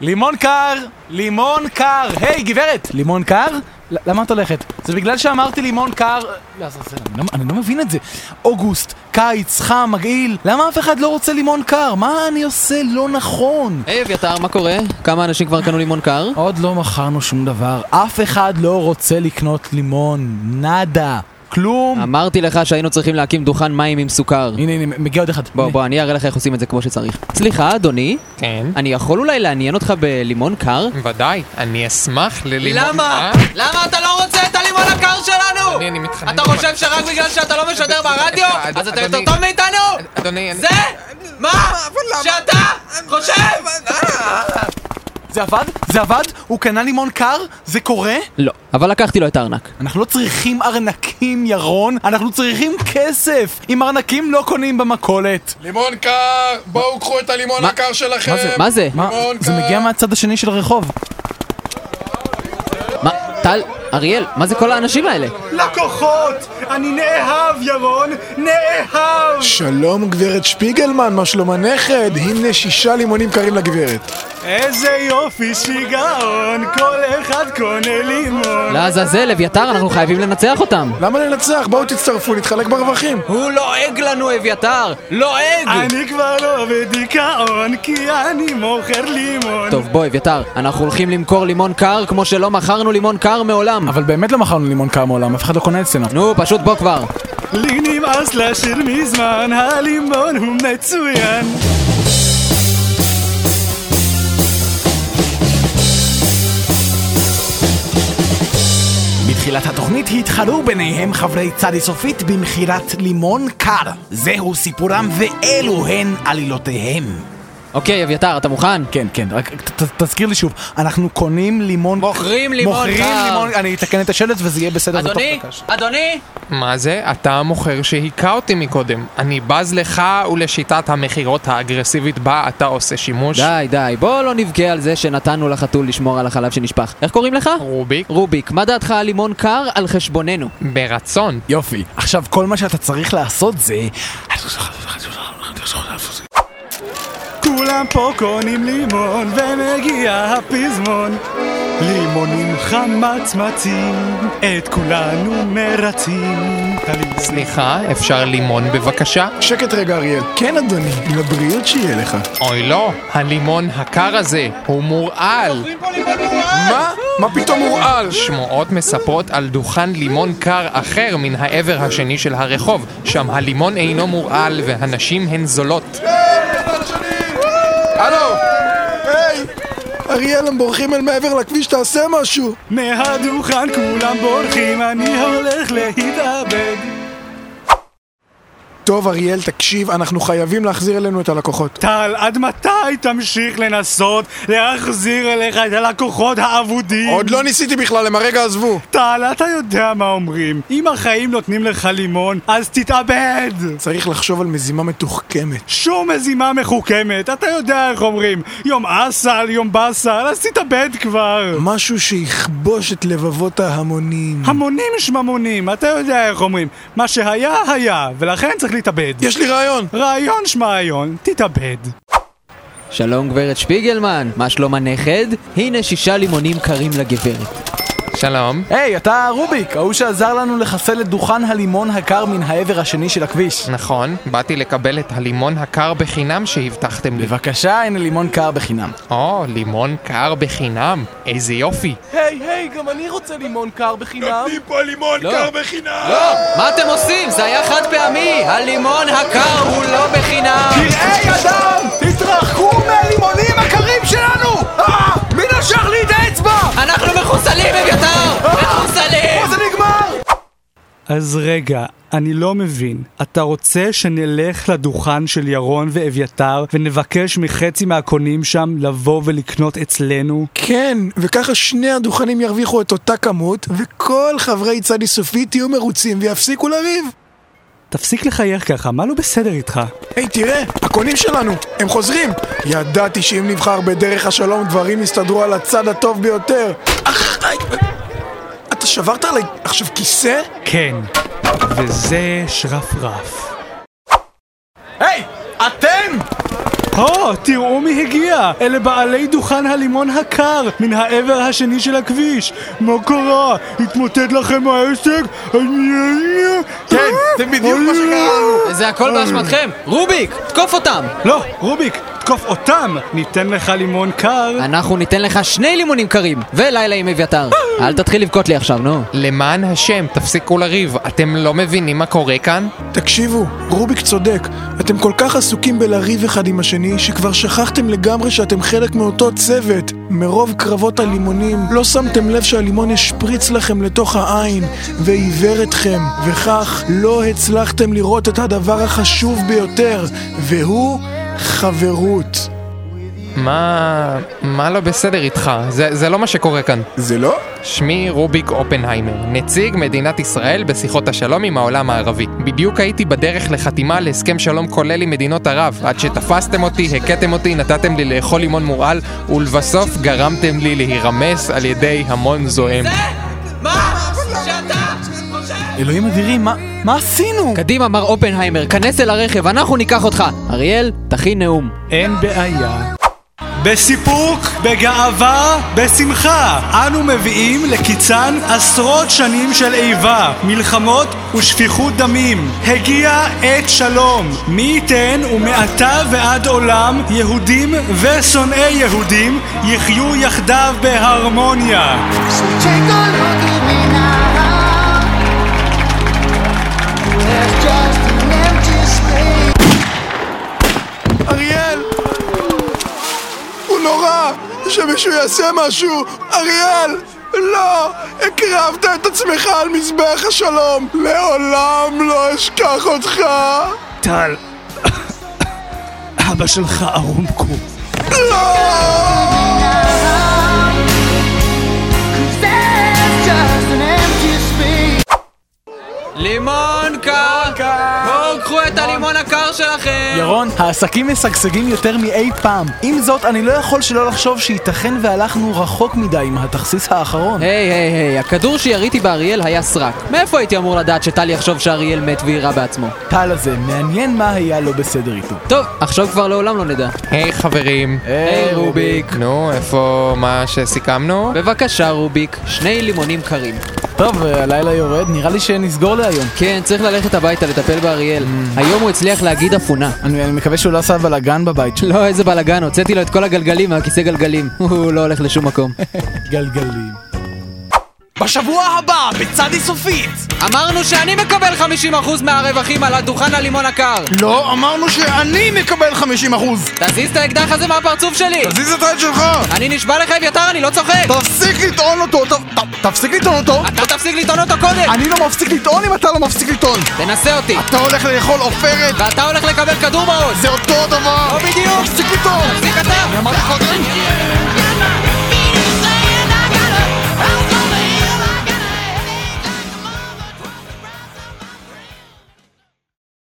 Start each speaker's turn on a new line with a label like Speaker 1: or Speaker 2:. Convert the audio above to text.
Speaker 1: לימון קר! לימון קר! היי, גברת! לימון קר? ל- למה את הולכת? זה בגלל שאמרתי לימון קר... לעזאזל, אני, לא, אני לא מבין את זה. אוגוסט, קיץ, חם, מגעיל. למה אף אחד לא רוצה לימון קר? מה אני עושה לא נכון?
Speaker 2: היי אביתר, מה קורה? כמה אנשים כבר קנו לימון קר?
Speaker 1: עוד לא מכרנו שום דבר. אף אחד לא רוצה לקנות לימון. נאדה. כלום.
Speaker 2: אמרתי לך שהיינו צריכים להקים דוכן מים עם סוכר.
Speaker 1: הנה, הנה, מגיע עוד אחד.
Speaker 2: בוא,
Speaker 1: הנה.
Speaker 2: בוא, אני אראה לך איך עושים את זה כמו שצריך. סליחה, אדוני,
Speaker 3: כן,
Speaker 2: אני יכול אולי לעניין אותך בלימון קר?
Speaker 3: ודאי, אני אשמח ללימון... אה?
Speaker 2: למה אתה לא רוצה את הלימון הקר שלנו?
Speaker 3: אדוני, אני מתחנן.
Speaker 2: שרק בגלל שאתה לא משדר ברדיו,
Speaker 3: סליחה, אדוני.
Speaker 2: מאיתנו?
Speaker 3: אדוני, אני...
Speaker 2: מה? שאתה חושב?
Speaker 1: זה עבד? זה עבד? הוא קנה לימון קר? זה קורה?
Speaker 2: לא, אבל לקחתי לו את הארנק.
Speaker 1: אנחנו לא צריכים ארנקים, ירון, אנחנו צריכים כסף! עם ארנקים לא קונים במכולת.
Speaker 4: לימון קר, בואו קחו את הלימון
Speaker 2: מה-
Speaker 4: הקר שלכם.
Speaker 2: מה זה? מה זה?
Speaker 1: מה,
Speaker 4: לימון
Speaker 1: זה
Speaker 4: קר.
Speaker 1: מגיע מהצד השני של הרחוב.
Speaker 2: מה? טל, אריאל, מה זה כל האנשים האלה?
Speaker 5: לקוחות! אני נאהב, ירון! נאהב!
Speaker 6: שלום גברת שפיגלמן, מה שלום הנכד? הנה שישה לימונים קרים לגברת.
Speaker 5: איזה יופי שיגעון, כל אחד קונה לימון.
Speaker 2: לעזאזל, אביתר, אנחנו חייבים לנצח אותם.
Speaker 6: למה לנצח? בואו תצטרפו, נתחלק ברווחים.
Speaker 2: הוא לועג לנו, אביתר! לועג!
Speaker 5: אני כבר לא בדיכאון, כי אני מוכר לימון.
Speaker 2: טוב, בוא, אביתר, אנחנו הולכים למכור לימון קר כמו שלא מכרנו לימון קר מעולם.
Speaker 1: אבל באמת לא מכרנו לימון קר מעולם, אף אחד לא קונה אצלנו.
Speaker 2: נו, פשוט בוא כבר.
Speaker 5: לי נמאס לשיר מזמן, הלימון הוא מצוין.
Speaker 1: בתחילת התוכנית התחרו ביניהם חברי צדי סופית במכירת לימון קר. זהו סיפורם ואלו הן עלילותיהם.
Speaker 2: אוקיי, אביתר, אתה מוכן?
Speaker 1: כן, כן, רק ת- ת- תזכיר לי שוב, אנחנו קונים לימון...
Speaker 2: מוכרים לימון
Speaker 1: מוכרים
Speaker 2: קר.
Speaker 1: לימון... אני אתקן את השלט וזה יהיה בסדר, לא, זה
Speaker 2: אדוני,
Speaker 1: טוב. דקה.
Speaker 2: אדוני,
Speaker 3: מה זה? אתה המוכר שהיכה אותי מקודם. אני בז לך ולשיטת המכירות האגרסיבית בה אתה עושה שימוש.
Speaker 2: די, די, בוא לא נבכה על זה שנתנו לחתול לשמור על החלב שנשפך. איך קוראים לך?
Speaker 3: רוביק,
Speaker 2: רוביק, מה דעתך על לימון קר על חשבוננו?
Speaker 3: ברצון.
Speaker 1: יופי. עכשיו, כל מה שאתה צריך לעשות זה...
Speaker 5: כולם פה קונים לימון, ומגיע הפזמון. לימונים חמצמצים, את כולנו מרצים.
Speaker 3: סליחה, אפשר לימון בבקשה?
Speaker 6: שקט רגע, אריאל. כן, אדוני, לבריאות שיהיה לך.
Speaker 3: אוי לא, הלימון הקר הזה הוא מורעל.
Speaker 6: מה? מה פתאום מורעל?
Speaker 3: שמועות מספרות על דוכן לימון קר אחר מן העבר השני של הרחוב, שם הלימון אינו מורעל והנשים הן זולות.
Speaker 6: הלו! היי! אריאל, הם בורחים אל מעבר לכביש, תעשה משהו!
Speaker 5: מהדוכן כולם בורחים, אני הולך להתאבד.
Speaker 6: טוב, אריאל, תקשיב, אנחנו חייבים להחזיר אלינו את הלקוחות.
Speaker 5: טל, עד מתי תמשיך לנסות להחזיר אליך את הלקוחות האבודים?
Speaker 6: עוד לא ניסיתי בכלל, הם הרגע עזבו.
Speaker 5: טל, אתה יודע מה אומרים. אם החיים נותנים לך לימון, אז תתאבד!
Speaker 6: צריך לחשוב על מזימה מתוחכמת.
Speaker 5: שום מזימה מחוכמת, אתה יודע איך אומרים. יום אסל, יום באסל, אז תתאבד כבר.
Speaker 6: משהו שיכבוש את לבבות ההמונים.
Speaker 5: המונים שממונים, אתה יודע איך אומרים. מה שהיה, היה, ולכן צריך להתאבד.
Speaker 6: יש לי רעיון!
Speaker 5: רעיון שמעיון, תתאבד.
Speaker 2: שלום, גברת שפיגלמן, מה שלום הנכד? הנה שישה לימונים קרים לגברת.
Speaker 3: שלום.
Speaker 1: היי, אתה רוביק, ההוא שעזר לנו לחסל את דוכן הלימון הקר מן העבר השני של הכביש.
Speaker 3: נכון, באתי לקבל את הלימון הקר בחינם שהבטחתם לי.
Speaker 1: בבקשה, הנה לימון קר בחינם.
Speaker 3: או, לימון קר בחינם, איזה יופי.
Speaker 1: היי, היי, גם אני רוצה לימון קר בחינם.
Speaker 2: לא, לא, מה אתם עושים? זה היה חד פעמי! הלימון הקר הוא לא בחינם!
Speaker 1: היי, אדם! תתרחקו מהלימונים הקרים שלנו! אה! מי נשך לי את האצבע? אה,
Speaker 2: אנחנו מחוסלים, אביתר! מחוסלים!
Speaker 1: זה נגמר!
Speaker 5: אז רגע, אני לא מבין. אתה רוצה שנלך לדוכן של ירון ואביתר ונבקש מחצי מהקונים שם לבוא ולקנות אצלנו?
Speaker 6: כן, וככה שני הדוכנים ירוויחו את אותה כמות, וכל חברי צדי סופית יהיו מרוצים ויפסיקו לריב.
Speaker 5: תפסיק לחייך ככה, מה לא בסדר איתך?
Speaker 6: היי, תראה, הקונים שלנו, הם חוזרים. ידעתי שאם נבחר בדרך השלום, דברים יסתדרו על הצד הטוב ביותר. אך, היי, אתה שברת עליי עכשיו כיסא?
Speaker 5: כן, וזה שרפרף.
Speaker 1: היי! אתם!
Speaker 5: הו, תראו מי הגיע! אלה בעלי דוכן הלימון הקר מן העבר השני של הכביש! מה קרה? התמוטט לכם העסק? כן,
Speaker 6: זה בדיוק מה שקרה לנו.
Speaker 2: זה הכל באשמתכם! רוביק, תקוף אותם!
Speaker 5: לא, רוביק, תקוף אותם! ניתן לך לימון קר!
Speaker 2: אנחנו ניתן לך שני לימונים קרים, ולילה עם אביתר. אל תתחיל לבכות לי עכשיו, נו.
Speaker 3: למען השם, תפסיקו לריב. אתם לא מבינים מה קורה כאן?
Speaker 6: תקשיבו, רוביק צודק. אתם כל כך עסוקים בלריב אחד עם השני, שכבר שכחתם לגמרי שאתם חלק מאותו צוות. מרוב קרבות הלימונים, לא שמתם לב שהלימון השפריץ לכם לתוך העין, ועיוור אתכם, וכך לא הצלחתם לראות את הדבר החשוב ביותר, והוא חברות.
Speaker 3: מה... מה לא בסדר איתך? זה, זה לא מה שקורה כאן.
Speaker 6: זה לא?
Speaker 3: שמי רוביק אופנהיימר, נציג מדינת ישראל בשיחות השלום עם העולם הערבי. בדיוק הייתי בדרך לחתימה על הסכם שלום כולל עם מדינות ערב, עד שתפסתם אותי, הכיתם אותי, נתתם לי לאכול לימון מורעל, ולבסוף גרמתם לי להירמס על ידי המון זועם.
Speaker 1: אלוהים אדירים, מה, מה עשינו?
Speaker 2: קדימה, מר אופנהיימר, כנס אל הרכב, אנחנו ניקח אותך. אריאל, תכין נאום.
Speaker 5: אין בעיה. בסיפוק, בגאווה, בשמחה, אנו מביאים לקיצן עשרות שנים של איבה, מלחמות ושפיכות דמים. הגיעה עת שלום. מי ייתן ומעתה ועד עולם, יהודים ושונאי יהודים יחיו יחדיו בהרמוניה.
Speaker 7: So take a look at me now. There's just an empty space.
Speaker 6: אריאל! הוא נורא! שמישהו יעשה משהו! אריאל! לא! הקרבת את עצמך על מזבח השלום! לעולם לא אשכח אותך!
Speaker 5: טל, אבא שלך ערום קור.
Speaker 7: There's just an empty space.
Speaker 2: לימון קר! בואו קחו את הלימון הקר שלכם!
Speaker 1: ירון, העסקים משגשגים יותר מאי פעם. עם זאת, אני לא יכול שלא לחשוב שייתכן והלכנו רחוק מדי עם התכסיס האחרון.
Speaker 2: היי, היי, היי, הכדור שיריתי באריאל היה סרק. מאיפה הייתי אמור לדעת שטל יחשוב שאריאל מת ויירה בעצמו?
Speaker 1: הטל הזה, מעניין מה היה לא בסדר איתו.
Speaker 2: טוב, עכשיו כבר לעולם לא נדע.
Speaker 3: היי חברים.
Speaker 2: היי רוביק.
Speaker 3: נו, איפה מה שסיכמנו?
Speaker 2: בבקשה רוביק, שני לימונים קרים.
Speaker 1: טוב, הלילה יורד, נראה לי שנסגור להיום.
Speaker 2: כן, צריך ללכת הביתה לטפל באריאל. היום הוא הצליח להגיד אפונה.
Speaker 1: אני, אני מקווה שהוא לא עשה בלאגן בבית שלו.
Speaker 2: לא, איזה בלאגן, הוצאתי לו את כל הגלגלים מהכיסא גלגלים. הוא לא הולך לשום מקום.
Speaker 1: גלגלים. בשבוע הבא, בצד איסופית!
Speaker 2: אמרנו שאני מקבל 50% מהרווחים על הדוכן הלימון הקר!
Speaker 6: לא, אמרנו שאני מקבל 50%!
Speaker 2: תזיז את האקדח הזה מהפרצוף שלי!
Speaker 6: תזיז את היד שלך!
Speaker 2: אני נשבע לך אביתר, אני לא צוחק!
Speaker 6: תפסיק לטעון אותו! ת- ת- תפסיק לטעון אותו!
Speaker 2: אתה תפסיק לטעון אותו קודם!
Speaker 6: אני לא מפסיק לטעון אם אתה לא מפסיק לטעון!
Speaker 2: תנסה אותי!
Speaker 6: אתה הולך לאכול עופרת!
Speaker 2: ואתה הולך לקבל כדור באוז!
Speaker 6: זה אותו דבר!
Speaker 2: לא בדיוק!
Speaker 6: תפסיק לטעון!
Speaker 2: תפסיק אתה!
Speaker 6: אמרתי קודם?